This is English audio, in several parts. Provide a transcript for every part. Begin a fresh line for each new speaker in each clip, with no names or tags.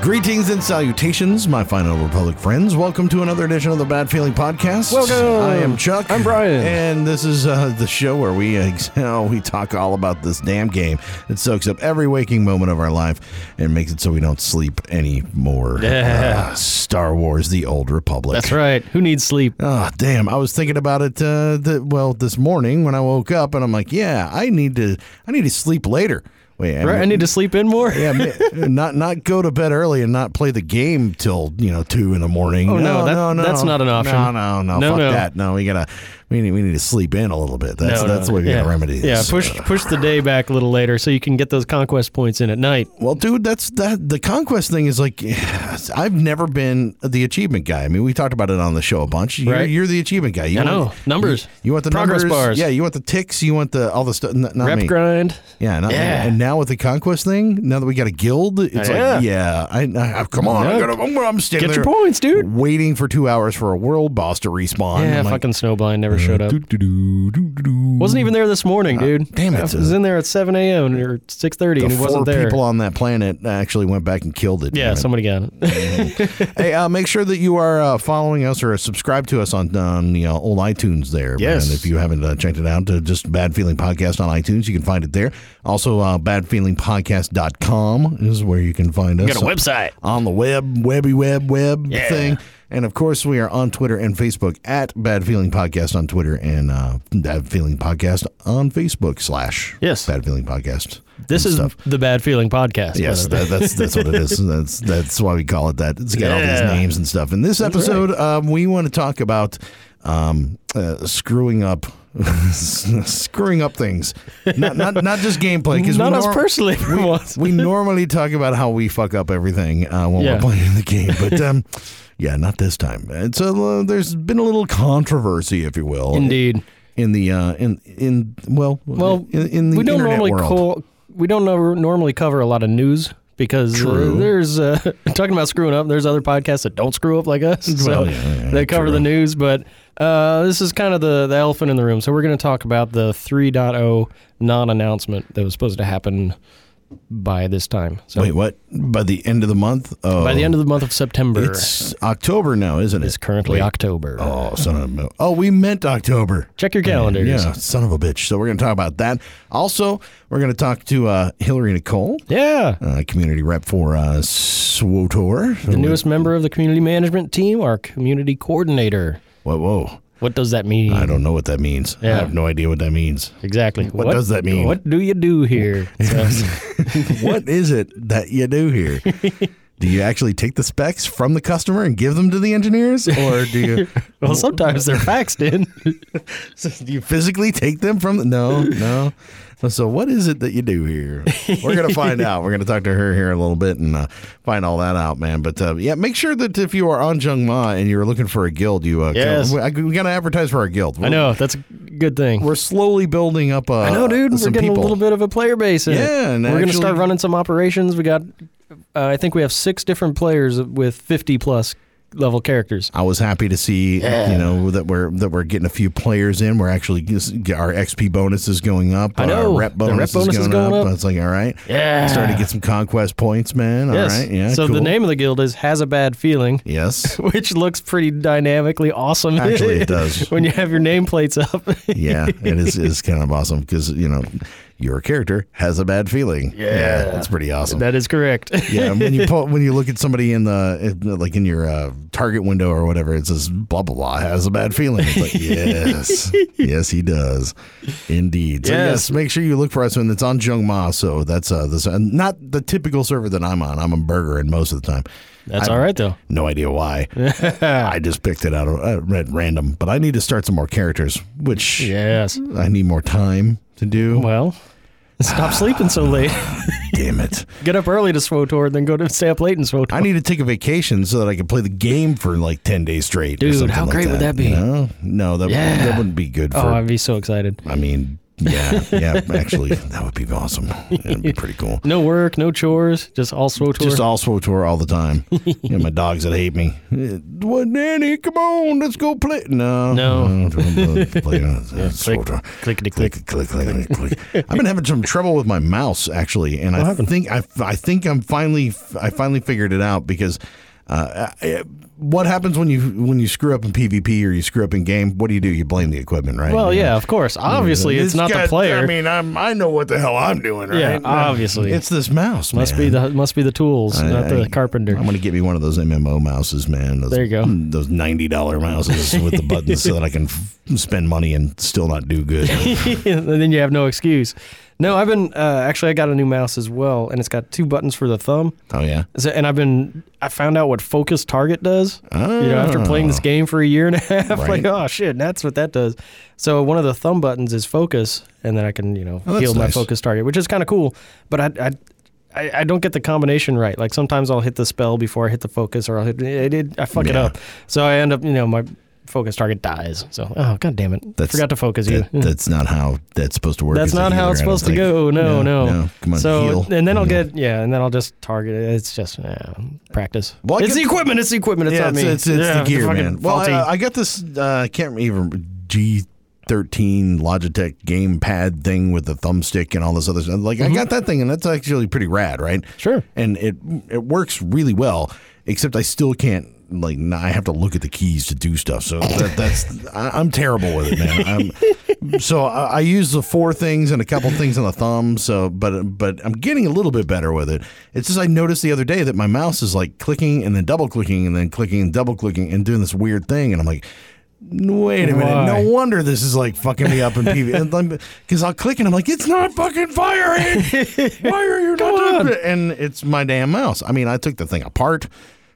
Greetings and salutations, my final Republic friends. Welcome to another edition of the Bad Feeling Podcast.
Welcome.
I am Chuck.
I'm Brian.
and this is uh, the show where we uh, we talk all about this damn game that soaks up every waking moment of our life and makes it so we don't sleep anymore.
Yeah.
Uh, Star Wars: The Old Republic.
That's right. Who needs sleep?
Oh, damn. I was thinking about it uh, th- well this morning when I woke up and I'm like, yeah, I need to I need to sleep later. Wait, I
Right? I
mean-
need to sleep in more.
yeah, ma- not not go to bed early and not play the game till you know two in the morning.
Oh, no, that-
no, no,
that's not an option.
No, no, no,
No,
fuck
no.
that. No, we gotta we need we need to sleep in a little bit. That's that's the way we
yeah.
gotta remedy uh,
Yeah,
this.
push push the day back a little later so you can get those conquest points in at night.
Well, dude, that's that the conquest thing is like I've never been the achievement guy. I mean, we talked about it on the show a bunch. You're,
Right.
you're the achievement guy. You
I know. Numbers.
You want the
Progress
numbers,
bars.
Yeah, you want the ticks. You want the all the stuff. Not
Rep
me.
grind.
Yeah, not,
Yeah.
and now with the conquest thing, now that we got a guild, it's
Yeah.
like, yeah, I, I come on, I
Yeah.
gotta, I'm, I'm standing
Get your
there
points, dude.
waiting for two hours for a world boss to respawn.
Yeah,
I'm like,
fucking Snowblind
Mm-hmm.
never showed up.
"Doo-doo-doo, doo-doo-doo."
Wasn't even there this morning, dude.
Uh, damn it.
I was in there at 7 a.m. or 6:30,
the
and it
four
wasn't there.
people on that planet actually went back and killed it.
yeah,
damn it.
somebody got it.
hey, uh, make sure that you are uh, following us or subscribe to us on on the uh, old iTunes there.
Yes.
man. if you haven't uh, checked it out, uh, just Bad Feeling Podcast on iTunes, you can find it there. Also, uh, badfeelingpodcast.com is where you can find us.
got a website.
on the web, webby web web
Yeah.
thing. And of course, we are on Twitter and Facebook at Bad Feeling Podcast on Twitter and uh, Bad Feeling Podcast on Facebook slash
Yes.
Bad Feeling Podcast.
This
and
is
stuff.
the Bad Feeling Podcast. by
Yes,
the way.
that, that's that's what it is. That's that's why we call it that. It's got all
Yeah.
these names and stuff. In this episode, um, we want to talk about um, uh, screwing up, screwing up things. Not not not just gameplay because
Not
we
us
nor-
personally, for once.
We normally talk about how we fuck up everything uh, when
Yeah.
we're playing the game, but. Um, Yeah, not this time. And so uh, there's been a little controversy, if you will,
Indeed.
in the uh, in in well,
Well,
in, in the
we don't
internet
normally
world.
co- we don't nor- normally cover a lot of news because uh,
True.
there's uh, talking about screwing up. There's other podcasts that don't screw up like us, so
Well, yeah, yeah,
they cover
true.
the news. But uh, this is kind of the, the elephant in the room. So we're going to talk about the 3.0 non-announcement that was supposed to happen by this time. So
Wait, what? By the end of the month? Oh,
by the end of the month of September, it's,
it's October now, isn't it?
currently
Wait.
October.
Oh, son of a mo- Oh, we meant October.
Check your calendars.
Yeah, son of a bitch. So we're going to talk about that. Also, we're going to talk to uh, Hillary Nicole,
Yeah.
uh, community rep for uh, SWOTOR.
The newest member of the community management team, our community coordinator.
Whoa, whoa.
What does that mean?
I don't know what that means. I
Mm. Yeah.
have no idea what that means.
Exactly.
What does that mean?
What do you do here? So,
what is it that you do here? do you actually take the specs from the customer and give them to the engineers? Or do you.
well, sometimes they're faxed in.
Do you physically take them from the, no, no. So what is it that you do here? We're gonna find out. We're gonna talk to her here in a little bit and uh, find all that out, man. But uh, yeah, make sure that if you are on Jung Ma and you're looking for a guild, you uh,
Yes.
we, I, we gotta advertise for our guild.
I know that's a good thing.
We're slowly building up. Uh,
I know, dude. We're
Some
getting
people.
a little bit of a player base. In it.
Yeah, and
we're gonna start
actually-
running some operations. We got, uh, I think we have six different players with fifty plus level characters.
I was happy to see you know that we're that we're getting a few players in. We're actually just- our XP bonus is going up.
I know.
Our rep
The
bonus,
rep bonus
is, going up. It's like all right,
Yeah.
starting to get some conquest points, man.
Yes.
All right, yeah.
so the
cool.
name of the guild is Has a Bad Feeling,
Yes.
which looks pretty dynamically awesome.
Actually, it does.
when you have your nameplates up.
Yeah, it is is kind of awesome because you know your character has a bad feeling. Yeah, that's pretty awesome.
that is correct.
yeah, and when you pull, when you look at somebody in the in- like in your uh, target window or whatever, it says blah blah blah has a bad feeling. It's like yes, yes he does, indeed. So yes.
Yes.
make sure you look for us when it's on Jung Ma. So that's uh, this uh, not the typical server that I'm on. I'm a burger, and most of the time,
That's
I-
all right though.
No idea why. I just picked it out of uh, at random, but I need to start some more characters, which
Yes.
I need more time to do.
Well, stop sleeping so late.
Damn it.
Get up early to SWOTOR, then go to stay up late in SWOTOR.
I need to take a vacation so that I can play the game for like 10 days straight. or
Dude,
something
how
like
great would that be?
you know? No, that,
Yeah.
that wouldn't be good for.
oh, I'd be so excited.
I mean, yeah, yeah, actually, that would be awesome. It'd be pretty cool.
No work, no chores, just all SWOTOR.
Just all SWOTOR all the time. and my dogs that hate me. Eh, What, Nanny? Come on, let's go play. No.
No.
don't wanna play, uh, SWOTOR.
clickety
Click, click, click, click, click. I've been having some trouble with my mouse actually, and I think I, I think I'm finally I finally figured it out because uh, I, what happens when you when you screw up in PvP or you screw up in game? What do you do? You blame the equipment, right?
Well,
You know?
yeah, of course. Obviously, it's, not
got-
the player.
I mean, I'm I know what the hell I'm doing, right?
Yeah, obviously.
It's this mouse.
must
man.
be the must be the tools,
I-
not the
I-
carpenter.
I'm gonna get me one of those MMO mouses, man. Those,
There you go.
Those ninety dollar mouses with the buttons, so that I can f- spend money and still not do good.
and then you have no excuse. No, I've been uh, actually I got a new mouse as well, and it's got two buttons for the thumb.
oh yeah.
So, and I've been I found out what focus target does.
Oh.
You know, after playing this game for a year and a half,
Right.
like oh shit, that's what that does. So one of the thumb buttons is focus, and then I can you know
Oh, that's
heal my
nice.
focus target, which is kind of cool. But I. I I, I don't get the combination right. Like sometimes I'll hit the spell before I hit the focus, or I'll hit it. it I fuck it
Yeah.
up, so I end up you know my focus target dies. So oh god damn it,
That's-
forgot to focus you.
That, that's not how that's supposed to work.
That's
as a
not how
healer,
it's
I don't
supposed to
think.
go. No, no.
Come on,
so
heal.
and then I'll
Heal.
get yeah, and then I'll just target it. It's just yeah, practice.
Well, I
it's
get-
the equipment. It's the equipment. It's
yeah,
not
it's,
me.
it's, it's
Yeah,
the gear,
fucking
man. Well, I,
faulty.
I got this. uh, I can't even G thirteen Logitech gamepad thing with the thumbstick and all this other stuff. Like I got that thing, and that's actually pretty rad, right?
Mm-hmm. Sure.
And it it works really well, except I still can't. Like n- I have to look at the keys to do stuff, so that, that's I, I'm terrible with it, man. I'm, so I, I use the four things and a couple things on the thumb. So, but but I'm getting a little bit better with it. It's just I noticed the other day that my mouse is like clicking and then double clicking and then clicking and double clicking and doing this weird thing, and I'm like, Wait a minute.
Why?
No wonder this is like fucking me up in PV. Because I'll click and I'm like, it's not fucking firing. Why are you not doing it? And it's my damn mouse. I mean, I took the thing apart.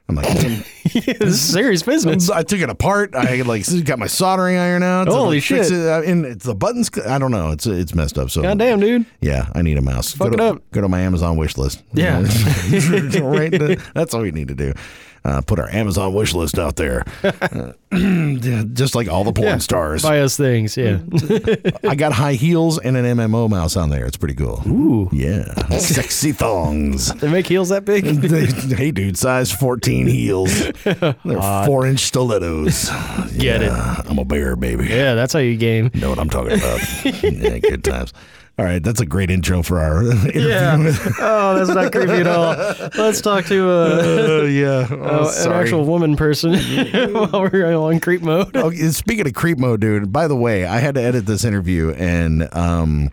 I'm like,
This is serious business.
I took it apart. I like got my soldering iron out. to,
Holy
like, fix
shit.
it. Uh, And it's the buttons. I don't know. It's it's messed up. So
God damn, dude.
Yeah, I need a mouse.
Fuck
go
it
to,
up.
Go to my Amazon wish list.
Yeah.
right. th- That's all we need to do. Uh, put our Amazon wish list out there, Uh, just like all the porn stars.
Buy us things. Yeah.
I got high heels and an MMO mouse on there. It's pretty cool.
Ooh.
Yeah. Sexy thongs.
They make heels that big.
hey, dude, size 14 heels. They're four inch stilettos.
Get it.
it. I'm a bear, baby.
Yeah, that's how you game.
Know what I'm talking about. yeah, good times. All right, that's a great intro for our interview. with-
oh, that's not creepy at all. Let's talk to
Uh,
uh,
yeah. Oh,
an
sorry.
actual woman person while we're on creep mode.
okay, speaking of creep mode, dude. By the way, I had to edit this interview, and um,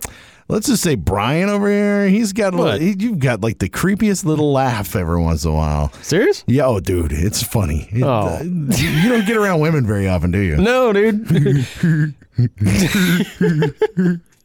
let's just say Brian over here, he's got a little,
What?
he, you've got like the creepiest little laugh every once in a while.
Serious?
Yeah, oh, dude, it's funny. It- uh,
Oh.
you don't get around women very often, do you?
No, dude.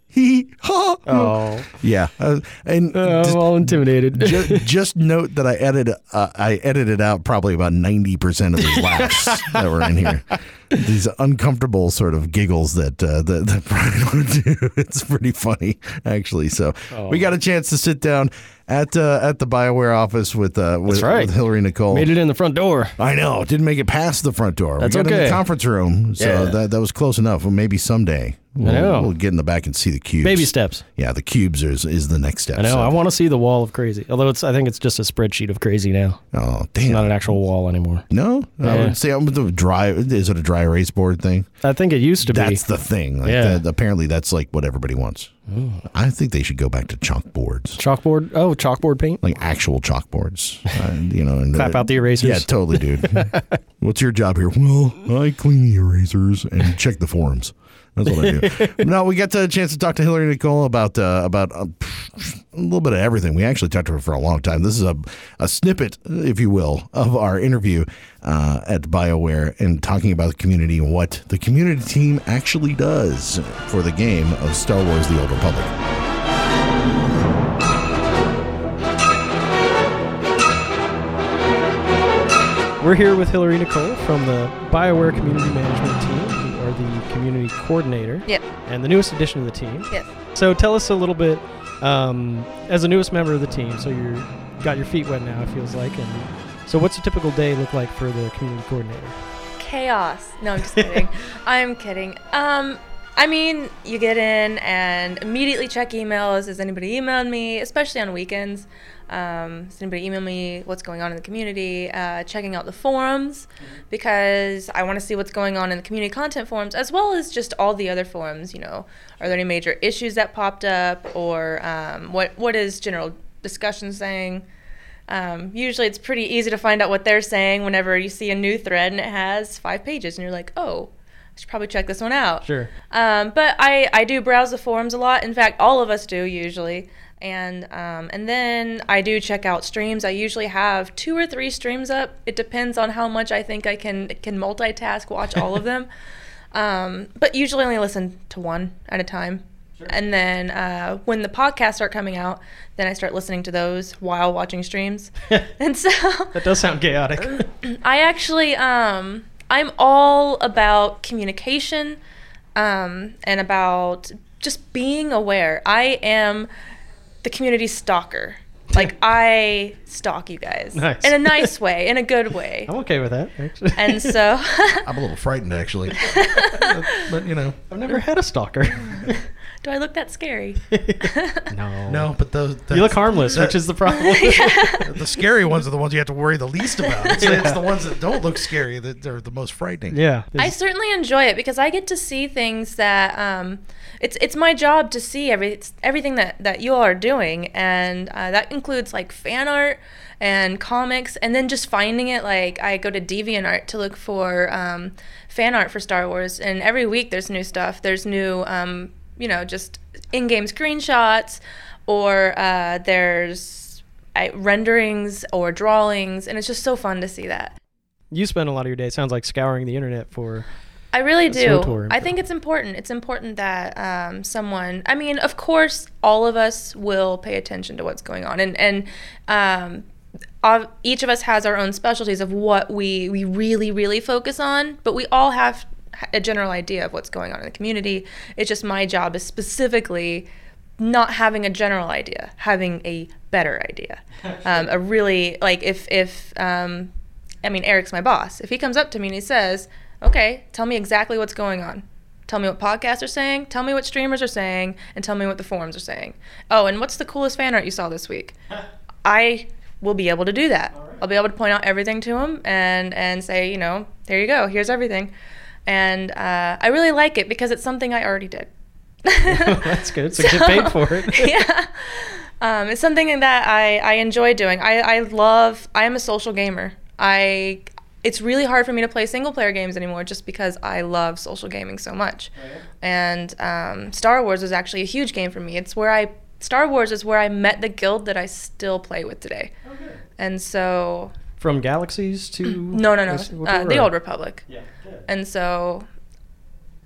He, ha.
Oh,
Yeah, uh, and
I'm all intimidated.
just, ju- just note that I edited uh, I edited out probably about ninety percent of his laughs that were in here. These uncomfortable sort of giggles that uh, that, that Brian would do. It's pretty funny actually. So
Oh.
we got a chance to sit down at uh, at the Bioware office with uh, with,
right.
with Hillary Nicole.
Made it in the front door.
I know. Didn't make it past the front door.
That's
we got in the
okay.
conference room, so
Yeah.
that, that was close enough. Well, maybe someday we'll,
know.
we'll get in the back and see the cubes.
Baby steps.
Yeah, the cubes is, is the next step.
I know.
so-
I want to see the wall of crazy. Although it's, I think it's just a spreadsheet of crazy now.
oh, damn.
It's not an actual wall anymore.
no, I
Yeah.
would say I'm the dry. Is it a dry erase board thing?
I think it used to
That's
be.
the thing. Like
Yeah.
that- apparently, that's like what everybody wants. I think they should go back to chalkboards,
Chalkboard. Oh, chalkboard paint.
like actual chalkboards. uh, you know, and
Tap out the erasers.
Yeah, totally, dude. What's your job here? Well, I clean the erasers and check the forums. That's what I do. no, we got a chance to talk to Hillary Nicole about uh, about uh, a little bit of everything. We actually talked to her for a long time. This is a, a snippet, if you will, of our interview uh, at BioWare and talking about the community and what the community team actually does for the game of Star Wars: The Old Republic.
We're here with Hillary Nicole from the BioWare Community Management Team, who are the community coordinator
Yep.
and the newest addition to the team.
Yes.
So tell us a little bit, um, as the newest member of the team, so you are got your feet wet now, it feels like. And so what's a typical day look like for the community coordinator?
chaos. No, I'm just kidding. I'm kidding. Um, I mean, you get in and immediately check emails. Has anybody emailed me? Especially on weekends. Um, has anybody emailed me what's going on in the community? Uh, checking out the forums because I want to see what's going on in the community content forums as well as just all the other forums. You know, are there any major issues that popped up or um, what what is general discussion saying? Um, usually, it's pretty easy to find out what they're saying whenever you see a new thread and it has five pages, and you're like, oh, I should probably check this one out.
Sure.
Um, but I, I do browse the forums a lot. In fact, all of us do usually. And um, and then I do check out streams. I usually have two or three streams up. It depends on how much I think I can can multitask, watch all of them. Um, but usually only listen to one at a time. And then uh, when the podcasts start coming out, then I start listening to those while watching streams. and so
That does sound chaotic.
I actually, um, I'm all about communication um, and about just being aware. I am the community stalker. Like I stalk you guys
Nice.
in a nice way, in a good way.
I'm okay with that, actually.
And so,
I'm a little frightened actually, but, but, you know,
I've never had a stalker.
do I look that scary?
no.
no. But those
You look harmless, which is the problem.
the scary ones are the ones you have to worry the least about. It's, it's the ones that don't look scary that are the most frightening.
yeah.
I certainly enjoy it because I get to see things that um, it's it's my job to see every it's everything that that you all are doing, and uh, that includes like fan art and comics, and then just finding it. Like I go to DeviantArt to look for um, fan art for Star Wars, and every week there's new stuff. There's new um, you know just in-game screenshots, or uh, there's uh, renderings or drawings, and it's just so fun to see that.
you spend a lot of your day, it sounds like, scouring the internet for.
I really do.
Rotor
I think it's important. It's important that um, someone. I mean, of course, all of us will pay attention to what's going on, and and um, of- each of us has our own specialties of what we we really really focus on. But we all have a general idea of what's going on in the community. It's just my job is specifically not having a general idea, having a better idea, um, a really like if if um, I mean, Eric's my boss. If he comes up to me and he says, "Okay, tell me exactly what's going on. Tell me what podcasts are saying. Tell me what streamers are saying, and tell me what the forums are saying. Oh, and what's the coolest fan art you saw this week?" I will be able to do that. I'll be able to point out everything to him and and say, you know, there you go. Here's everything. And uh, I really like it because it's something I already did.
That's good. So, get paid for it.
yeah. Um, it's something that I, I enjoy doing. I, I love, I am a social gamer. I, it's really hard for me to play single player games anymore just because I love social gaming so much. And um, Star Wars was actually a huge game for me. It's where I, Star Wars is where I met the guild that I still play with today. And so,
From galaxies to.
no, no, no,
Let's see, what
uh,
do we
the
roll?
Old Republic.
Yeah.
And so,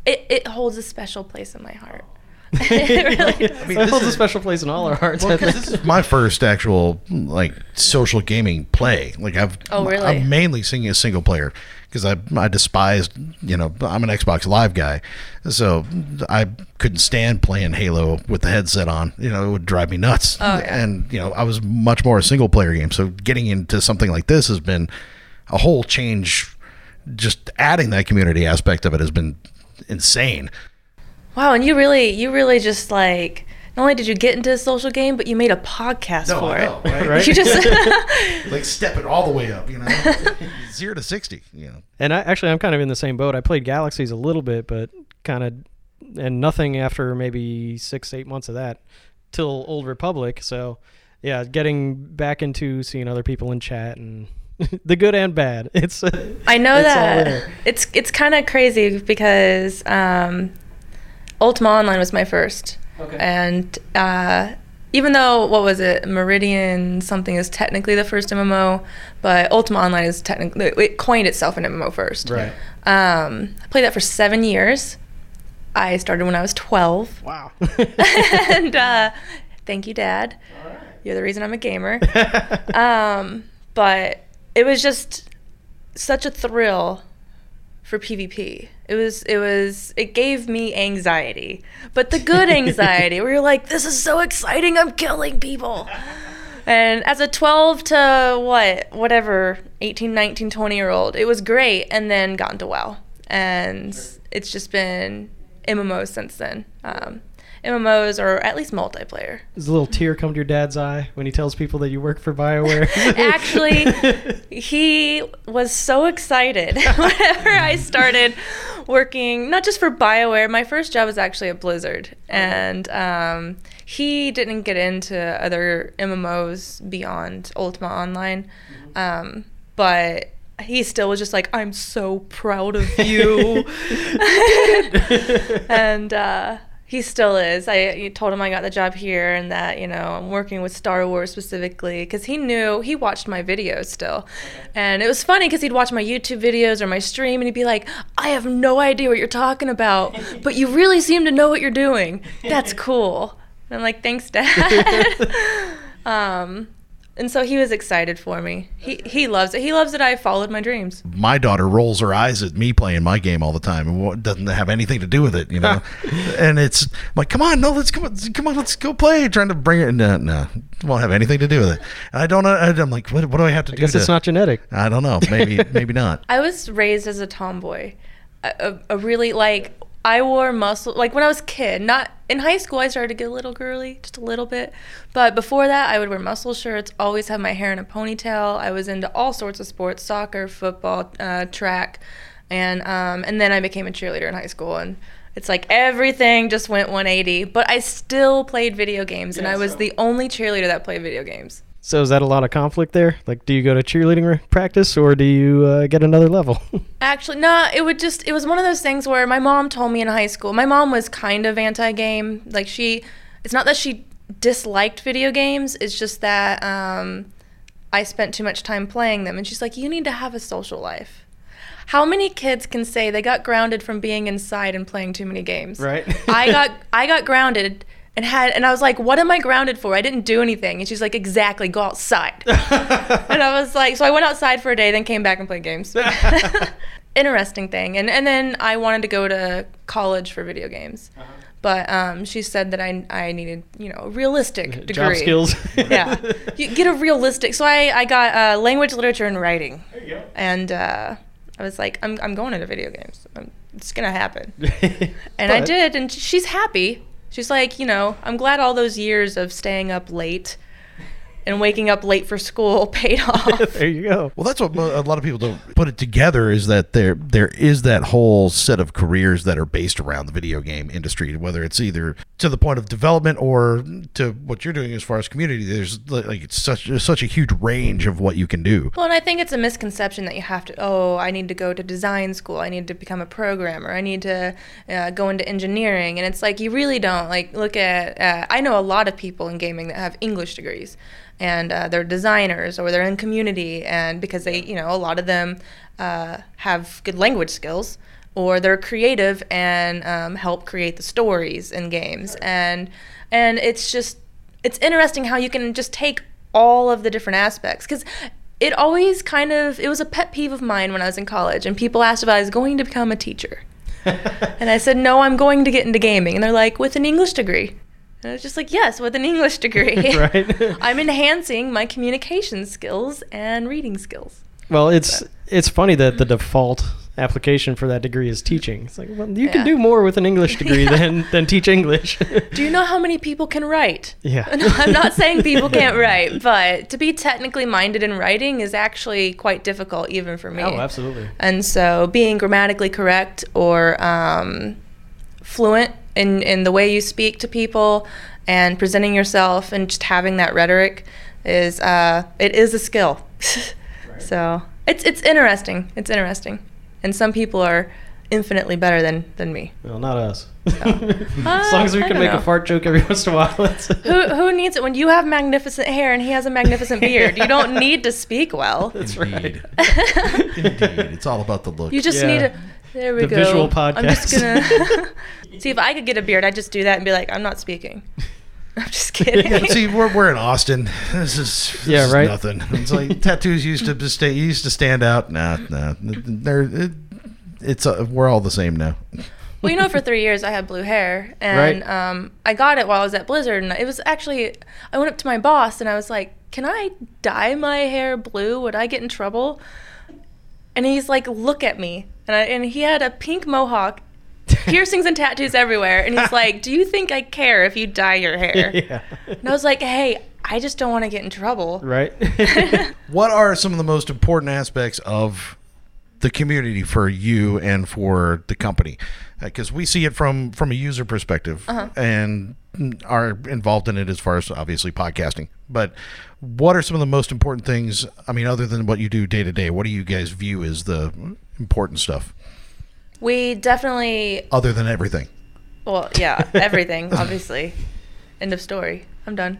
it, it holds a special place in my heart. it really does.
I mean,
That
this
holds a
is,
special place in all our hearts. I
well, 'cause
think.
this is my first actual like social gaming play. Like I've
Oh, really?
I'm mainly singing a single player because I I despised you know I'm an Xbox Live guy, so I couldn't stand playing Halo with the headset on. You know it would drive me nuts.
Oh,
And you know I was much more a single player game. So getting into something like this has been a whole change. Just adding that community aspect of it has been insane.
Wow, and you really, you really just like. Not only did you get into a social game, but you made a podcast for
I
it.
know, right?
You just
like step it all the way up, you know, zero to sixty. You know,
And I actually, I'm kind of in the same boat. I played Galaxies a little bit, but kind of, and nothing after maybe six, eight months of that, till Old Republic. So, yeah, getting back into seeing other people in chat and the good and bad. It's
I know
It's all
that
there.
it's it's kind of crazy because um, Ultima Online was my first,
Okay.
and uh, even though what was it Meridian something is technically the first MMO, but Ultima Online is technically it coined itself an MMO first.
right.
Um, I played that for seven years. I started when I was twelve.
Wow.
and uh, thank you, Dad. Um, You're the reason I'm a gamer. um, but it was just such a thrill for PvP. It was it was it gave me anxiety, but the good anxiety where you're like, this is so exciting, I'm killing people. And as a 12 to what, whatever, 18, 19, 20 year old, it was great and then got into WoW. And it's just been MMOs since then. Um, MMOs or at least multiplayer.
Does a little tear come to your dad's eye when he tells people that you work for Bioware?
Actually, he was so excited whenever I started working, not just for BioWare. My first job was actually at Blizzard, and um, he didn't get into other MMOs beyond Ultima Online, um, but he still was just like, "I'm so proud of you," and. Uh, he still is. I you told him I got the job here and that, you know, I'm working with Star Wars specifically because he knew he watched my videos still. And it was funny because he'd watch my YouTube videos or my stream and he'd be like, I have no idea what you're talking about, but you really seem to know what you're doing. That's cool. And I'm like, thanks, Dad. um, and so he was excited for me. He, he loves it. He loves that I followed my dreams.
my daughter rolls her eyes at me playing my game all the time and what- doesn't have anything to do with it, you know. and it's like, come on, no, let's come on, come on, let's go play. Trying to bring it, no, no, it won't have anything to do with it. And I don't, know- I'm like, what, what do I have to do?
Guess it's
to-
not genetic.
I don't know. Maybe, maybe not.
I was raised as a tomboy. A, a, a really like I wore muscle like when I was a kid. Not in high school. I started to get a little girly, just a little bit. But before that, I would wear muscle shirts. Always have my hair in a ponytail. I was into all sorts of sports: soccer, football, uh, track, and um, and then I became a cheerleader in high school and. It's like everything just went 180, but I still played video games, and I was the only cheerleader that played video games.
So is that a lot of conflict there? Like, do you go to cheerleading re- practice or do you uh, get another level?
Actually, no, it would just, it was one of those things where my mom told me in high school, my mom was kind of anti game. Like, she, it's not that she disliked video games, it's just that um, I spent too much time playing them. And she's like, you need to have a social life. How many kids can say they got grounded from being inside and playing too many games?
Right.
I got I got grounded and had and I was like, "What am I grounded for? I didn't do anything." And she's like, "Exactly, go outside." and I was like, so I went outside for a day, then came back and played games. Interesting thing. And and then I wanted to go to college for video games. But um, she said that I, I needed, you know, a realistic degree.
Job skills.
yeah. You get a realistic. So I, I got uh, language, literature, and writing. There you go. And uh, I was like, I'm, I'm going into video games. I'm, it's going to happen. And I
But-
did, and sh- she's happy. She's like, you know, I'm glad all those years of staying up late and waking up late for school paid off.
There you go.
Well, that's what mo- a lot of people don't put it together is that there there is that whole set of careers that are based around the video game industry, whether it's either to the point of development or to what you're doing as far as community. There's li- like it's such there's such a huge range of what you can do.
well, and I think it's a misconception that you have to, oh, I need to go to design school. I need to become a programmer. I need to uh, go into engineering. And it's like, you really don't. Like, look at, uh, I know a lot of people in gaming that have English degrees. And uh, they're designers or they're in community, and because they, you know, a lot of them uh, have good language skills. or they're creative and um, help create the stories in games and and it's just it's interesting how you can just take all of the different aspects because it always kind of it was a pet peeve of mine when i was in college and people asked if i was going to become a teacher and i said no i'm going to get into gaming and they're like with an english degree and i was just like yes with an english degree
Right.
i'm enhancing my communication skills and reading skills
Well, it's it's funny that the default application for that degree is teaching. It's like, well, you
Yeah.
can do more with an English degree than than teach English.
Do you know how many people can write?
Yeah.
No, I'm not saying people can't write, but to be technically minded in writing is actually quite difficult, even for me.
oh, absolutely.
And so, being grammatically correct or um, fluent in, in the way you speak to people and presenting yourself and just having that rhetoric is uh, it is a skill. So it's it's interesting. It's interesting, and some people are infinitely better than than me.
Well, not us. as long as we
Uh, I
can
don't
make
know.
a fart joke every once in a while. that's-
who, who needs it when you have magnificent hair and he has a magnificent beard? You don't need to speak well.
That's right.
Indeed, it's all about the look.
You just
Yeah.
need to. There we
The
go.
visual
I'm just
podcast.
gonna see if I could get a beard. I'd just do that and be like, I'm not speaking. I'm just kidding.
Yeah, see, we're, we're in Austin. This is this
Yeah,
is
right?
Nothing. It's like tattoos used to just stay used to stand out. Nah, nah. They're it, it's uh we're all the same now.
well, you know, for three years I had blue hair, and
Right.
um, I got it while I was at Blizzard, and it was actually I went up to my boss and I was like, "Can I dye my hair blue? Would I get in trouble?" And he's like, "Look at me," and I, and he had a pink mohawk. Piercings and tattoos everywhere, and he's like, "Do you think I care if you dye your hair?"
yeah.
And I was like, "Hey, I just don't want to get in trouble."
Right.
What are some of the most important aspects of the community for you and for the company? Because we see it from from a user perspective and are involved in it as far as obviously podcasting. But what are some of the most important things? I mean, other than what you do day to day, what do you guys view as the important stuff?
We definitely
Other than everything.
Well, yeah, everything, obviously. End of story. I'm done.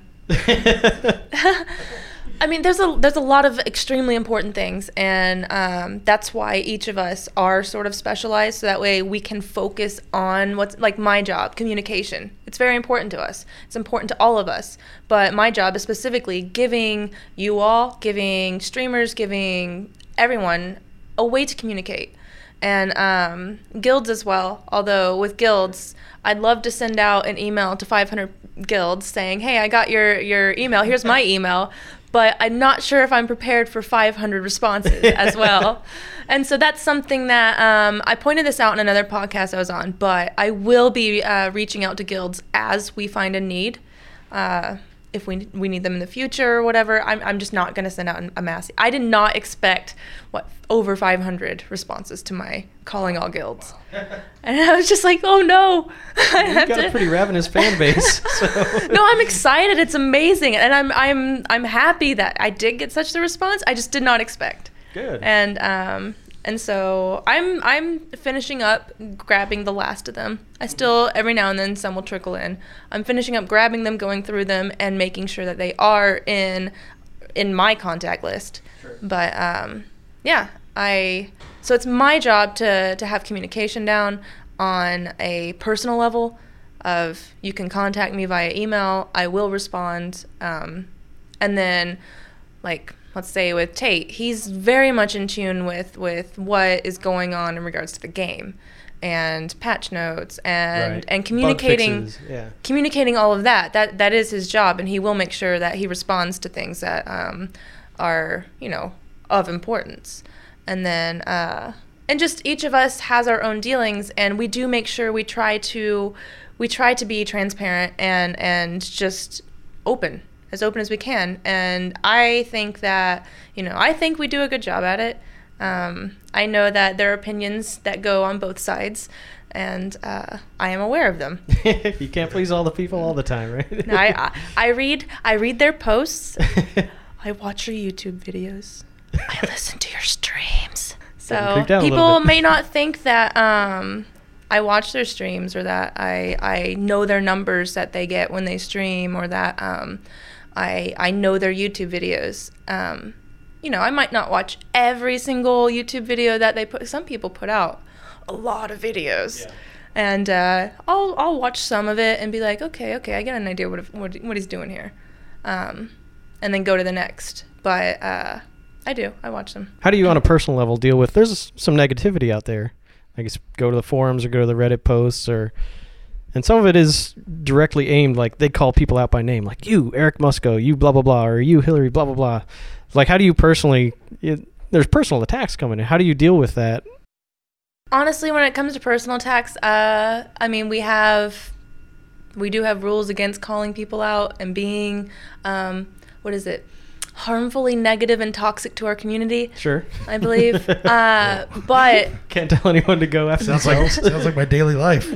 I mean, there's a there's a lot of extremely important things, and um, that's why each of us are sort of specialized, so that way we can focus on what's like my job, communication. It's very important to us. It's important to all of us, but my job is specifically giving you all, giving streamers, giving everyone a way to communicate and um, guilds as well. Although with guilds, I'd love to send out an email to 500 guilds saying, "Hey, I got your your email. Here's my email." But I'm not sure if I'm prepared for 500 responses as well. And so that's something that um, I pointed this out in another podcast I was on, but I will be uh, reaching out to guilds as we find a need. Uh, if we, we need them in the future or whatever, I'm, I'm just not going to send out an- a mass. e, I did not expect what over 500 responses to my calling all guilds, and I was just like, oh no, I
You've
have
got a pretty ravenous fan base. So.
no, I'm excited. It's amazing, and I'm I'm I'm happy that I did get such the response. I just did not expect.
Good.
And um and so I'm I'm finishing up grabbing the last of them. I still every now and then some will trickle in. I'm finishing up grabbing them, going through them, and making sure that they are in in my contact list. But um, yeah, I so it's my job to to have communication down on a personal level. Of you can contact me via email. I will respond. Um, and then like let's say with Tate, he's very much in tune with with what is going on in regards to the game and patch notes and
Right.
and
Bug
communicating
fixes, Yeah.
communicating all of that that that is his job and he will make sure that he responds to things that um, are you know of importance and then uh, and just each of us has our own dealings and we do make sure we try to we try to be transparent and and just open as open as we can and i think that you know i think we do a good job at it um, i know that there are opinions that go on both sides and uh, i am aware of them
you can't please all the people all the time, right?
no, I, I I read I read their posts. I watch your YouTube videos. I listen to your streams.
Getting
So
creeped out a little
people
bit.
may not think that um, I watch their streams or that I I know their numbers that they get when they stream or that um, I I know their YouTube videos. Um, you know, I might not watch every single YouTube video that they put. Some people put out a lot of videos and uh, I'll I'll watch some of it and be like, okay, okay, I get an idea what what, what he's doing here, um, and then go to the next. But uh, I do, I watch them.
How do you, on a personal level, deal with? There's some negativity out there. I guess go to the forums or go to the Reddit posts or, and some of it is directly aimed like they call people out by name, like you, Eric Musco, you blah blah blah, or you, Hillary blah blah blah. Like, how do you personally? It, there's personal attacks coming in. How do you deal with that?
Honestly, when it comes to personal attacks, uh, I mean, we have we do have rules against calling people out and being um, what is it harmfully negative and toxic to our community.
Sure.
I believe, uh, but
Can't tell anyone to go after
Sounds like
themselves.
sounds like my daily life.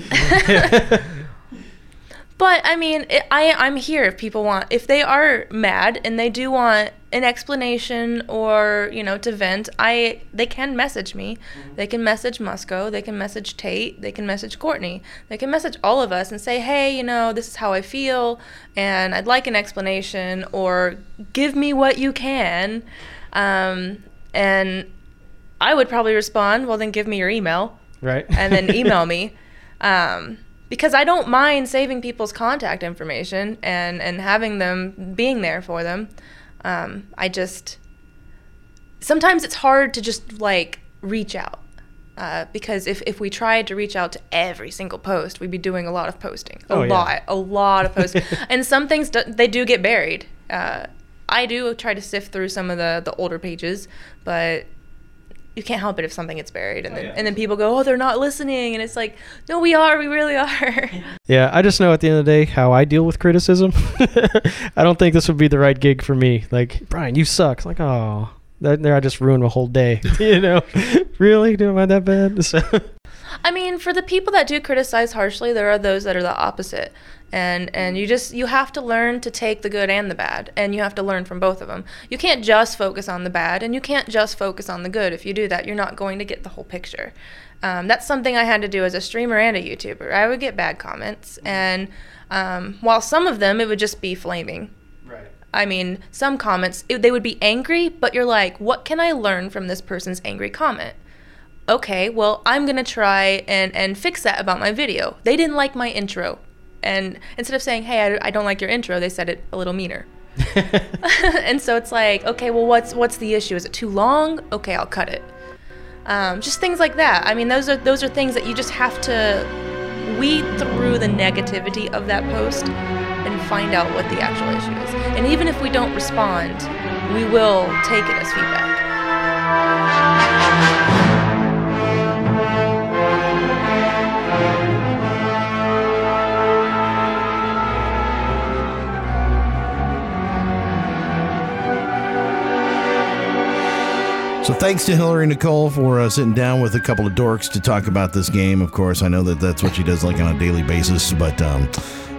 But I mean, it, I I'm here if people want if they are mad and they do want an explanation or you know to vent. I they can message me. They can message Musco. They can message Tate. They can message Courtney. They can message all of us and say, hey, you know, this is how I feel, and I'd like an explanation or give me what you can. Um, and I would probably respond, well, then give me your email
right.
and then email me um, because I don't mind saving people's contact information and and having them being there for them. Um, I just sometimes it's hard to just like reach out uh, because if, if we tried to reach out to every single post, we'd be doing a lot of posting, a
Oh, yeah.
lot, a lot of posting, and some things do, they do get buried. Uh, I do try to sift through some of the the older pages, but you can't help it if something gets buried, and then and then people go, oh, they're not listening, and it's like, no, we are, we really are.
Yeah, I just know at the end of the day how I deal with criticism. I don't think this would be the right gig for me. Like, Brian, you suck. It's like, oh, that, there I just ruined a whole day. you know, really? Do Am I that bad? So,
I mean, for the people that do criticize harshly, there are those that are the opposite. And and you just you have to learn to take the good and the bad, and you have to learn from both of them. You can't just focus on the bad, and you can't just focus on the good. If you do that, you're not going to get the whole picture. Um, that's something I had to do as a streamer and a YouTuber. I would get bad comments, and um, while some of them it would just be flaming, I mean, some comments, it, they would be angry, but you're like, what can I learn from this person's angry comment? Okay, well, I'm going to try and, and fix that about my video. They didn't like my intro. And instead of saying, hey, I, I don't like your intro, they said it a little meaner. and so it's like, okay, well, what's what's the issue? Is it too long? Okay, I'll cut it. Um, just things like that. I mean, those are those are things that you just have to weed through the negativity of that post and find out what the actual issue is. And even if we don't respond, we will take it as feedback.
So thanks to Hillary Nicole for uh, sitting down with a couple of dorks to talk about this game. Of course, I know that that's what she does like on a daily basis, but um,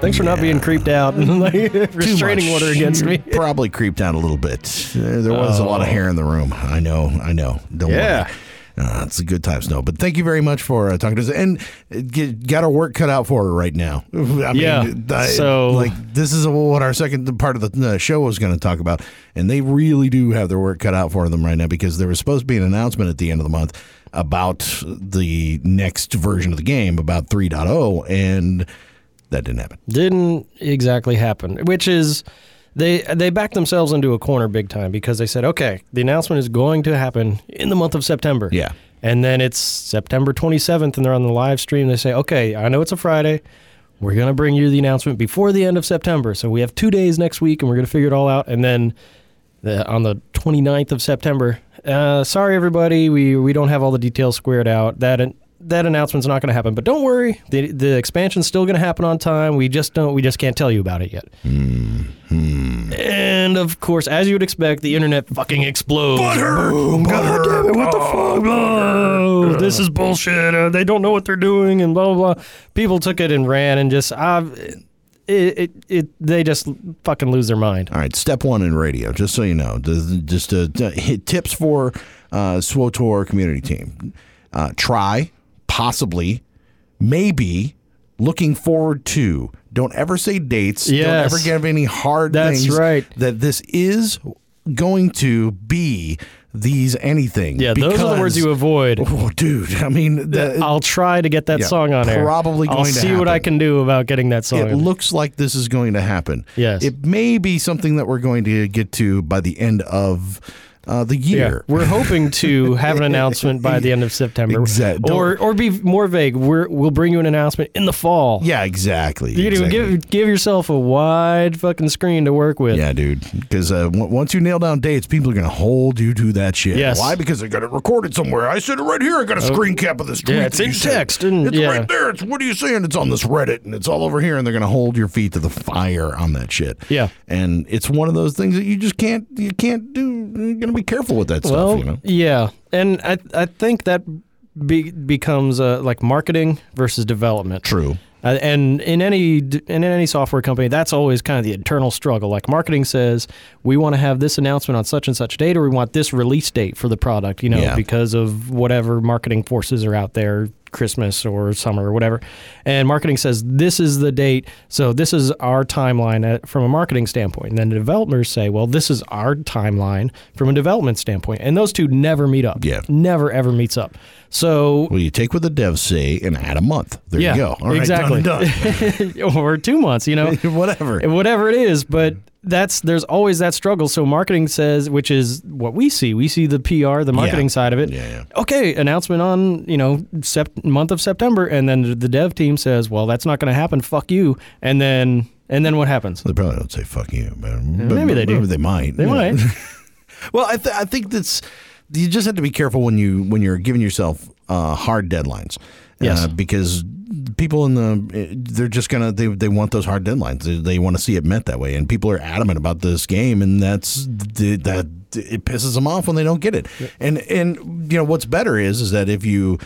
Thanks for not being creeped out and like
too
restraining
much.
order against
You're
me. Oh.
Probably creeped out a little bit. There there was a lot of hair in the room. I know. I know. Don't
Yeah.
worry. Uh, it's a good time, Snow. But thank you very much for uh, talking to us. And uh, get, got our work cut out for her right now. I
Yeah.
I-
So-
like this is what our second part of the uh, show was going to talk about, and they really do have their work cut out for them right now because there was supposed to be an announcement at the end of the month about the next version of the game, about 3.0, and that didn't happen.
didn't exactly happen, which is they they backed themselves into a corner big time because they said, okay, the announcement is going to happen in the month of September.
Yeah.
And then it's September 27th, and they're on the live stream. They say, okay, I know it's a Friday. We're going to bring you the announcement before the end of September. So we have two days next week, and we're going to figure it all out. And then the, on the 29th of September, uh, sorry, everybody, we, we don't have all the details squared out. That that announcement's not going to happen, but don't worry, the, the expansion's still going to happen on time. We just don't, we just can't tell you about it yet. And of course, as you would expect, the internet fucking explodes. Boom, God damn it, what the fuck? Oh, this is bullshit. Uh, they don't know what they're doing, and blah blah blah. People took it and ran, and just i it, it, it, they just fucking lose their mind.
All right, step one in radio, just so you know, th- just uh, t- hit tips for uh, SWOTOR community team. Uh, try, possibly, maybe, looking forward to. Don't ever say dates.
Yes.
Don't ever give any hard
That's
things.
right.
That this is going to be these anything.
Yeah, those are the
because-
words you avoid.
Oh, dude, I mean, the,
I'll try to get that
Yeah,
song on air.
probably
I'll
going to
see what I
happen.
can do about getting that song.
It looks like this is going to happen.
Yes.
It may be something that we're going to get to by the end of uh, the
yeah,
year.
we're hoping to have an announcement by the end of September,
Exact- don't-
or or be more vague. We're, we'll bring you an announcement in the fall.
Yeah, exactly.
You know,
exactly.
give give yourself a wide fucking screen to work with.
yeah, dude. Because uh, w- once you nail down dates, people are going to hold you to that shit.
Yes. Oh.
Why? Because they got it recorded somewhere. I said it right here. I got a screen cap of this tweet.
it's
that you
in
sent.
text, and-
it's
yeah.
right there. It's what are you saying? It's on this Reddit and it's all over here, and they're going to hold your feet to the fire on that shit.
Yeah.
And it's one of those things that you just can't you can't do. You're going to be careful with that
well,
stuff. You know.
yeah, and I I think that be, becomes uh, like marketing versus development.
True.
Uh, and in any d- in any software company, that's always kind of the internal struggle. Like marketing says, we want to have this announcement on such and such date, or we want this release date for the product. You know,
Yeah.
because of whatever marketing forces are out there Christmas or summer or whatever. And marketing says this is the date. So this is our timeline uh, from a marketing standpoint. And then the developers say, well, this is our timeline from a development standpoint. And those two never meet up.
Yeah.
Never ever meets up. So
Well, you take what the devs say and add a month. There
Yeah,
you go. All right,
exactly.
done,
or two months, you know.
done. Whatever.
whatever it is but that's there's always that struggle so marketing says which is what we see we see the pr the marketing side of it
Yeah, yeah.
okay announcement on you know sep- month of september and then the- the dev team says well that's not going to happen fuck you and then and then what happens
They probably don't say fuck you, but, but
maybe they do.
They might.
they
Yeah.
might
Well, I, th- I think that's you just have to be careful when you when you're giving yourself uh, hard deadlines.
Yes.
Uh, because people in the eh, they're just gonna they, they want those hard deadlines. They, they want to see it met that way, and people are adamant about this game, and that's th- that it pisses them off when they don't get it. And and you know what's better is is that if you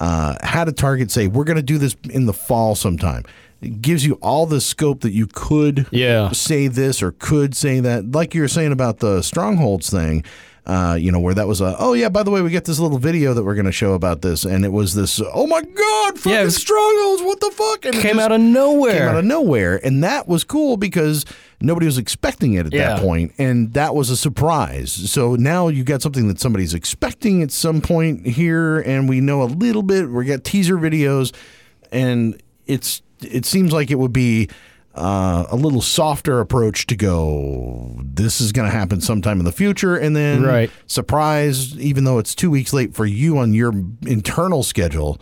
uh, had a target, say we're gonna do this in the fall sometime. It gives you all the scope that you could
Yeah.
say this or could say that, like you were saying about the strongholds thing, uh, you know, where that was a, oh yeah, by the way, we got this little video that we're going to show about this, and it was this, oh my god, fucking
Yeah, it was-
strongholds, what the fuck, and it
came
just
out of nowhere
Came out of nowhere, and that was cool because nobody was expecting it at
Yeah.
that point, and that was a surprise. So now you got something that somebody's expecting at some point here, and we know a little bit. We got teaser videos, and it's it seems like it would be uh, a little softer approach to go. This is going to happen sometime in the future, and then
Right.
surprise. Even though it's two weeks late for you on your internal schedule.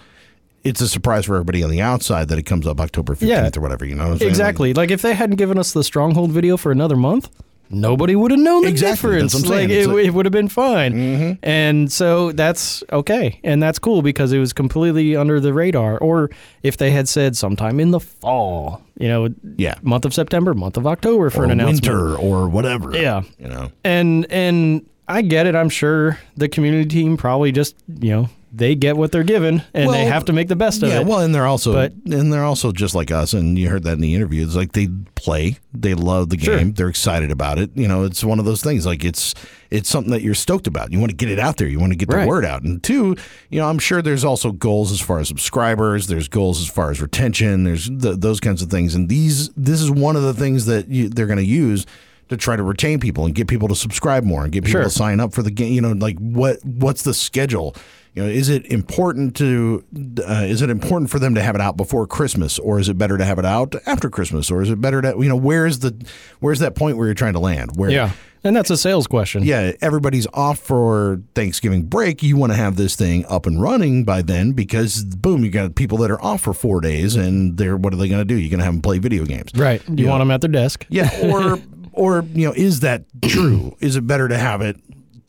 It's a surprise for everybody on the outside that it comes up October 15th
Yeah.
or whatever, you know what I'm saying? Like-
Exactly. Like if they hadn't given us the stronghold video for another month, nobody would have known the
Exactly.
difference.
That's what I'm saying.
like
It's
it,
like- Mm-hmm.
it would have been fine. And so that's okay, and that's cool because it was completely under the radar. Or if they had said sometime in the fall, you know,
Yeah.
month of September, month of October for
or
an announcement.
winter or whatever.
Yeah.
You know.
And and I get it. I'm sure the community team probably just you know they get what they're given and they
Well,
have to make the best of
yeah,
it.
well, and they're also
But-
and they're also just like us, and you heard that in the interview. It's like they play, they love the game,
Sure.
they're excited about it. You know, it's one of those things. Like it's it's something that you're stoked about. You want to get it out there. You want to get
Right.
the word out. And two, you know, I'm sure there's also goals as far as subscribers. There's goals as far as retention. There's th those kinds of things. And these this is one of the things that you, they're going to use. To try to retain people and get people to subscribe more and get people
Sure.
to sign up for the game, you know, like what what's the schedule? You know, is it important to uh, is it important for them to have it out before Christmas, or is it better to have it out after Christmas, or is it better to you know where's the where's that point where you're trying to land? Where
yeah, and that's a sales question.
yeah, everybody's off for Thanksgiving break. You want to have this thing up and running by then because boom, you got people that are off for four days, and they're what are they going to do? You're going to have them play video games,
Right. You
Yeah.
want them at their desk.
yeah, or or you know, is that true? Is it better to have it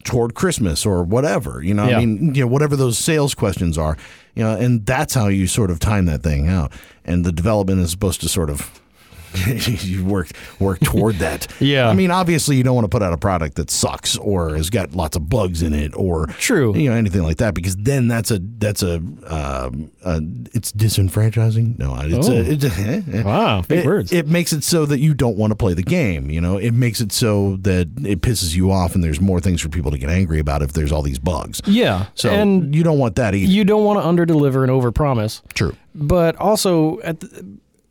toward Christmas or whatever? You know,
Yeah.
I mean, you know, whatever those sales questions are, you know, and that's how you sort of time that thing out. And the development is supposed to sort of you work work toward that.
Yeah.
I mean, obviously, you don't want to put out a product that sucks or has got lots of bugs in it or
True.
you know, anything like that because then that's a that's a, um, uh it's disenfranchising. No, it's
Oh.
a, eh, it's a
Wow, big
it,
words.
It makes it so that you don't want to play the game. You know, it makes it so that it pisses you off, and there's more things for people to get angry about if there's all these bugs.
Yeah.
So
and
you don't want that either.
you don't want to underdeliver and overpromise,
True.
but also at the,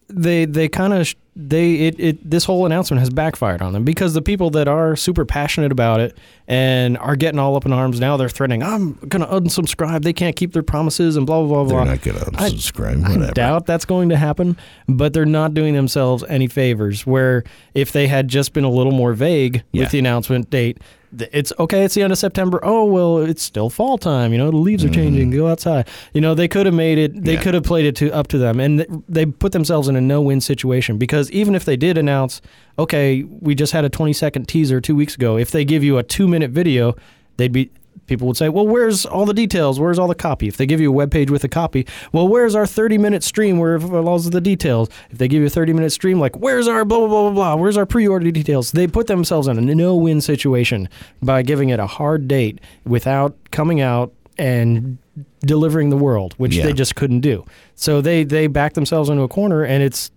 they they kind of sh- they it, it this whole announcement has backfired on them because the people that are super passionate about it and are getting all up in arms now they're threatening I'm going to unsubscribe. They can't keep their promises and blah blah
They're
blah blah.
not going to
I-
unsubscribe.
I
Whatever.
doubt that's going to happen, but they're not doing themselves any favors. Where if they had just been a little more vague
Yeah.
with the announcement date, th- it's okay, it's the end of September. Oh, well, it's still fall time. You know, the leaves are changing. Go outside. You know, they could have made it, they
Mm-hmm. Yeah.
could have played it to, up to them. And th- they put themselves in a no win situation because even if they did announce, okay, we just had a 20 second teaser two weeks ago, if they give you a two minute video, they'd be, people would say, "Well, where's all the details? Where's all the copy?" If they give you a web page with a copy, well, where's our 30-minute stream where allows the details? If they give you a 30-minute stream, like where's our blah blah blah blah blah? Where's our pre-order details? They put themselves in a no-win situation by giving it a hard date without coming out and delivering the world, which
Yeah.
they just couldn't do. So they they backed themselves into a corner, and it's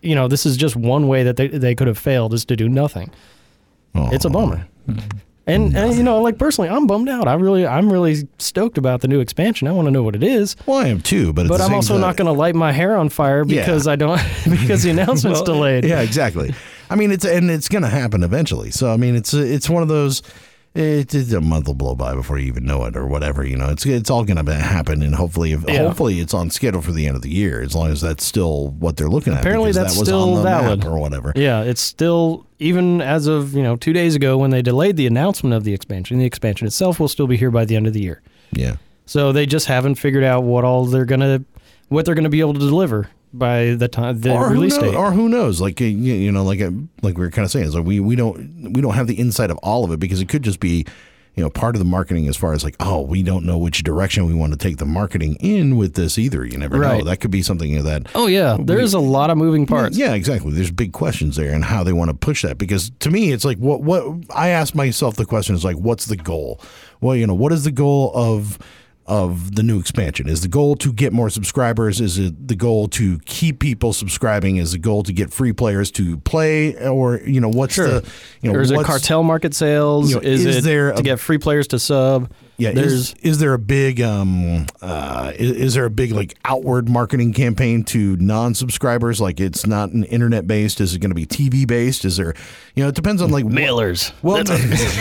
you
Oh.
know this is just one way that they they could have failed is to do nothing. It's a
Aw.
bummer. And, and you know, like personally, I'm bummed out. I really, I'm really stoked about the new expansion. I want to know what it is,
Well, I am too, but at
but
the
I'm
same
also
time-
not going to light my hair on fire
Yeah.
because I don't because the announcement's
Well,
delayed.
Yeah, exactly. I mean, it's and it's going to happen eventually. So I mean, it's it's one of those. It, it's a month will blow by before you even know it, or whatever. You know, it's it's all going to happen, and hopefully, if,
Yeah.
hopefully, it's on schedule for the end of the year, as long as that's still what they're looking at.
Apparently
because
that's
that was
still
on the map
valid.
or whatever.
Yeah, it's still even as of you know two days ago when they delayed the announcement of the expansion. The expansion itself will still be here by the end of the year.
Yeah,
So they just haven't figured out what all they're gonna what they're gonna be able to deliver by the time the
or
release
who knows,
date.
or who knows? Like uh, you, you know, like uh, like we were kind of saying, it's like we we don't we don't have the insight of all of it because it could just be. You know, part of the marketing as far as like, oh, we don't know which direction we want to take the marketing in with this either. You never
Right.
know. That could be something that
oh yeah, there's a lot of moving parts.
Yeah, exactly. There's big questions there and how they want to push that because to me it's like what what I ask myself the question is like what's the goal? Well, you know, what is the goal of of the new expansion? Is the goal to get more subscribers? Is it the goal to keep people subscribing? Is the goal to get free players to play or you know what's
Sure.
the you know
There's a
what's-
cartel market sales.
you know,
is,
is
it
there
to
a-
get free players to sub?
Yeah,
there's
is, is there a big um uh is, is there a big like outward marketing campaign to non-subscribers? Like it's not an internet based. Is it going to be TV based? Is there you know it depends on like what-
mailers.
Well,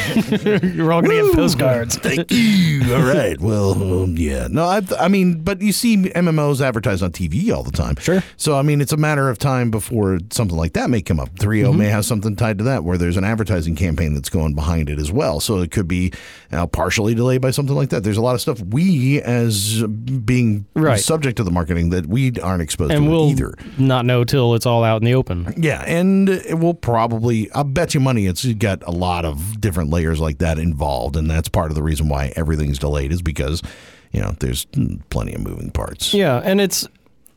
You're all gonna get postcards.
thank you. All right. Well, um, yeah. No, I, I mean, but you see MMOs advertised on TV all the time.
Sure.
So, I mean, it's a matter of time before something like that may come up. 3
Mm-hmm.
may have something tied to that where there's an advertising campaign that's going behind it as well. So it could be you know, partially delayed by something like that. There's a lot of stuff we, as being
Right.
subject to the marketing, that we aren't exposed
and
to
we'll
either.
not know till it's all out in the open.
Yeah, and it will probably, I'll bet you money it's got a lot of different layers like that involved. And that's part of the reason why everything's delayed is because, you know, there's mm, plenty of moving parts.
Yeah, and it's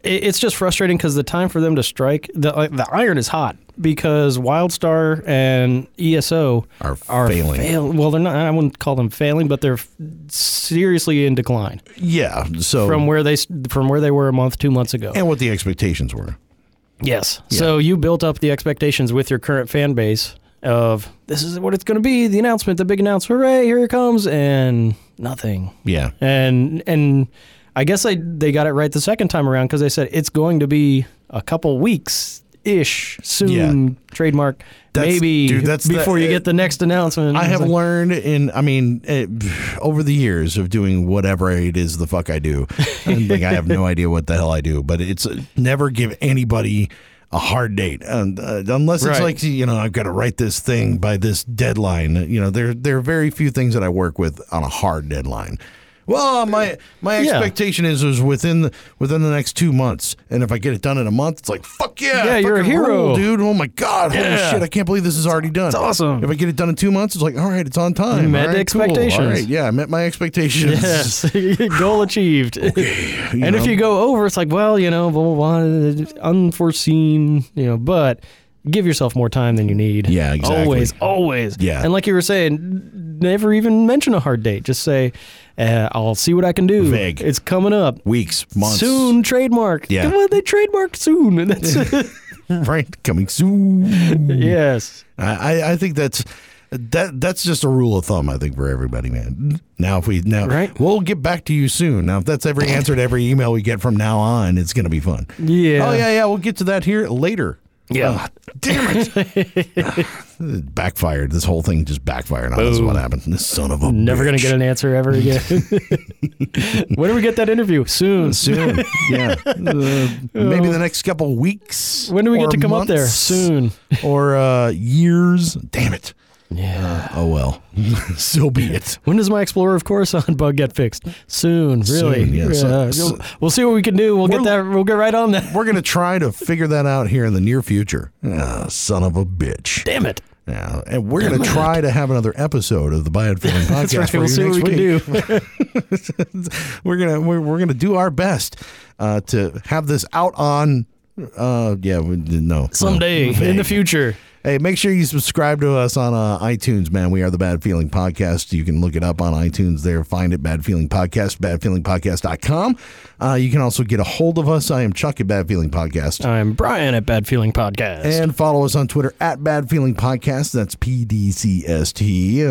it- it's just frustrating because the time for them to strike the like, the iron is hot because WildStar and E ESO
Are failing.
fail- well, they're not. I wouldn't call them failing, but they're f- seriously in decline
Yeah. So,
from where they s- from where they were a month, two months ago.
Oh. and what the expectations were.
Yes. So you built up the expectations with your current fan base of this is what it's going to be, the announcement, the big announcement, hooray, here it comes, and nothing.
Yeah.
and and I guess they they got it right the second time around because they said it's going to be a couple weeks ish soon trademark
That's-
maybe
dude, that's the-
before you get the next announcement.
I
It's
have
like,
learned in, I mean, eh, over the years of doing whatever it is the fuck I do, and like I have no idea what the hell I do, but it's uh, never give anybody a hard date, and, uh, unless it's
Right.
like you know I've got to write this thing by this deadline. You know, there there are very few things that I work with on a hard deadline. Well, my my
Yeah.
expectation is is within the, within the next two months, and if I get it done in a month, it's like fuck yeah,
Yeah, you're a
fucking
hero.
rule, dude. Oh my god, holy shit, I can't believe this is already done. It's
awesome.
If I get it done in two months, it's like all right, it's on time.
You met
All
the
right, cool.
expectations.
All right, yeah, I met my expectations.
Yes, goal achieved.
You
and
know?
if you go over, it's like, well, you know, blah, blah, blah, unforeseen, you know, but give yourself more time than you need.
Yeah, exactly.
Always, always.
Yeah.
And like you were saying, never even mention a hard date. Just say, uh, I'll see what I can do.
Vague.
It's coming up.
weeks, months,
Soon trademark.
Yeah.
Well, they trademarked soon. And that's
right? Coming soon.
yes.
I, I- I think that's that that's just a rule of thumb. I think for everybody, man. Now if we now
Right.
we'll get back to you soon. Now if that's every answer to every email we get from now on, it's gonna be fun.
Yeah.
Oh yeah, yeah. We'll get to that here later.
Yeah.
Ah, damn it! It backfired. This whole thing just backfired. on us. what happened. This son of a
Never going to
bitch.
get an answer ever again. when do we get that interview? Soon.
soon. yeah, Uh, maybe the next couple weeks.
Oh. When do we
or
get to come up there?
months
Soon.
or uh, years? Damn it!
Yeah.
Oh well, so be it.
When does my Explorer of Coruscant bug get fixed? Soon, really.
Soon, yeah, so- so-
we'll, we'll see what we can do. We'll get
We're-
that. We'll get right on that.
We're gonna try to figure that out here in the near future. Ah, son of a bitch.
Damn it!
Yeah, and we're gonna try to have another episode of the Buy It Feeling podcast
That's right.
for
We'll
you
see what
next
we can
week.
do.
We're gonna we're, we're gonna do our best uh, to have this out on. Uh, yeah, we, no, no.
someday in the
Vague.
future.
Hey, make sure you subscribe to us on uh, iTunes, man. We are the Bad Feeling Podcast. You can look it up on iTunes there. Find it, Bad Feeling Podcast, badfeelingpodcast.com. Uh, you can also get a hold of us. I am Chuck at Bad Feeling Podcast.
I'm Brian at Bad Feeling Podcast.
And follow us on Twitter at Bad Feeling Podcast. That's PDCST.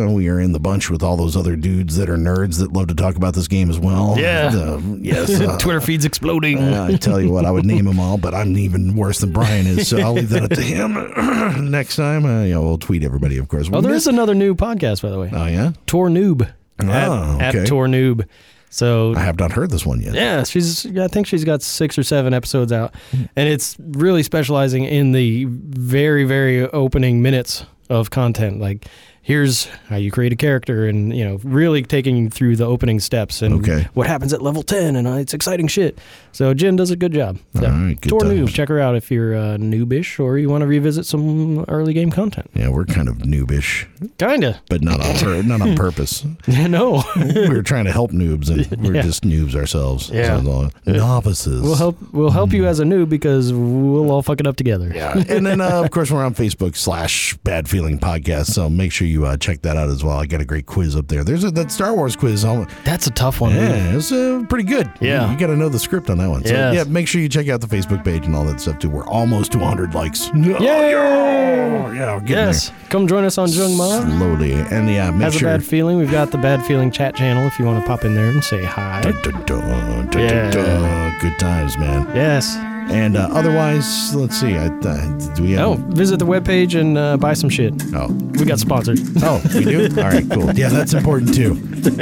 Uh, we are in the bunch with all those other dudes that are nerds that love to talk about this game as well.
Yeah.
Uh, yes. uh,
Twitter feeds exploding.
yeah, I tell you what, I would name them all, but I'm even worse than Brian is, so I'll leave that up to him next time. Uh, yeah, we'll tweet everybody, of course.
oh, there is another new podcast, by the way.
Oh yeah,
Tor Noob.
Oh,
at,
okay.
at Tor Noob. So
I have not heard this one yet.
Yeah, she's. I think she's got six or seven episodes out,
Mm-hmm.
and it's really specializing in the very, very opening minutes of content. Like, here's how you create a character, and you know, really taking you through the opening steps and
Okay.
what happens at level ten, and uh, it's exciting shit. So Jen does a good job. So,
All right, good
Tor Noob,
times.
check her out if you're uh, noobish or you want to revisit some early game content.
Yeah, we're kind of noobish,
Kinda.
but not on pur- not on purpose.
no,
we were trying to help noobs, and we're
Yeah.
just noobs ourselves.
Yeah.
So, uh, novices.
we'll help. We'll help you as a noob because we'll all fuck it up together.
Yeah. and then, uh, of course, we're on Facebook slash Bad Feeling Podcast, so make sure you uh, check that out as well. I got a great quiz up there. There's a, that Star Wars quiz. i
That's a tough one. man.
Yeah, it's uh, pretty good.
Yeah.
You got to know the script on that one. So,
Yes.
yeah, make sure you check out the Facebook page and all that stuff, too. We're almost 200 likes. Yeah. Yeah, we're getting
Yes, come join us on
there.
Jung Ma.
Slowly. And yeah, make
Has
sure.
a bad feeling. We've got the bad feeling chat channel if you want to pop in there and say hi.
Dun, dun, dun, dun,
Yeah.
dun, dun. Good times, man.
Yes.
And uh, otherwise, let's see. I, uh, do we
Oh,
have?
visit the webpage and uh, buy some shit.
Oh.
We got sponsored.
Oh, we do? All right, cool. Yeah, that's important too.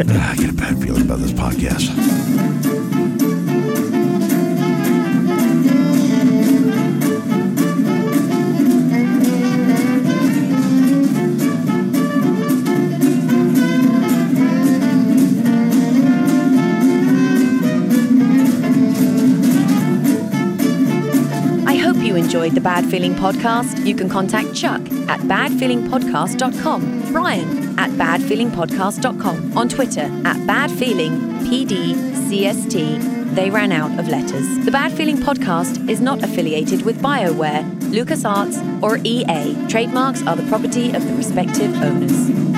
Ah, I get a bad feeling about this podcast.
I hope you enjoyed the Bad Feeling Podcast. You can contact Chuck at badfeelingpodcast.com, Brian at badfeelingpodcast.com, on Twitter at badfeelingpdcst. They ran out of letters. The Bad Feeling Podcast is not affiliated with E BioWare, LucasArts, or EA. Trademarks are the property of the respective owners.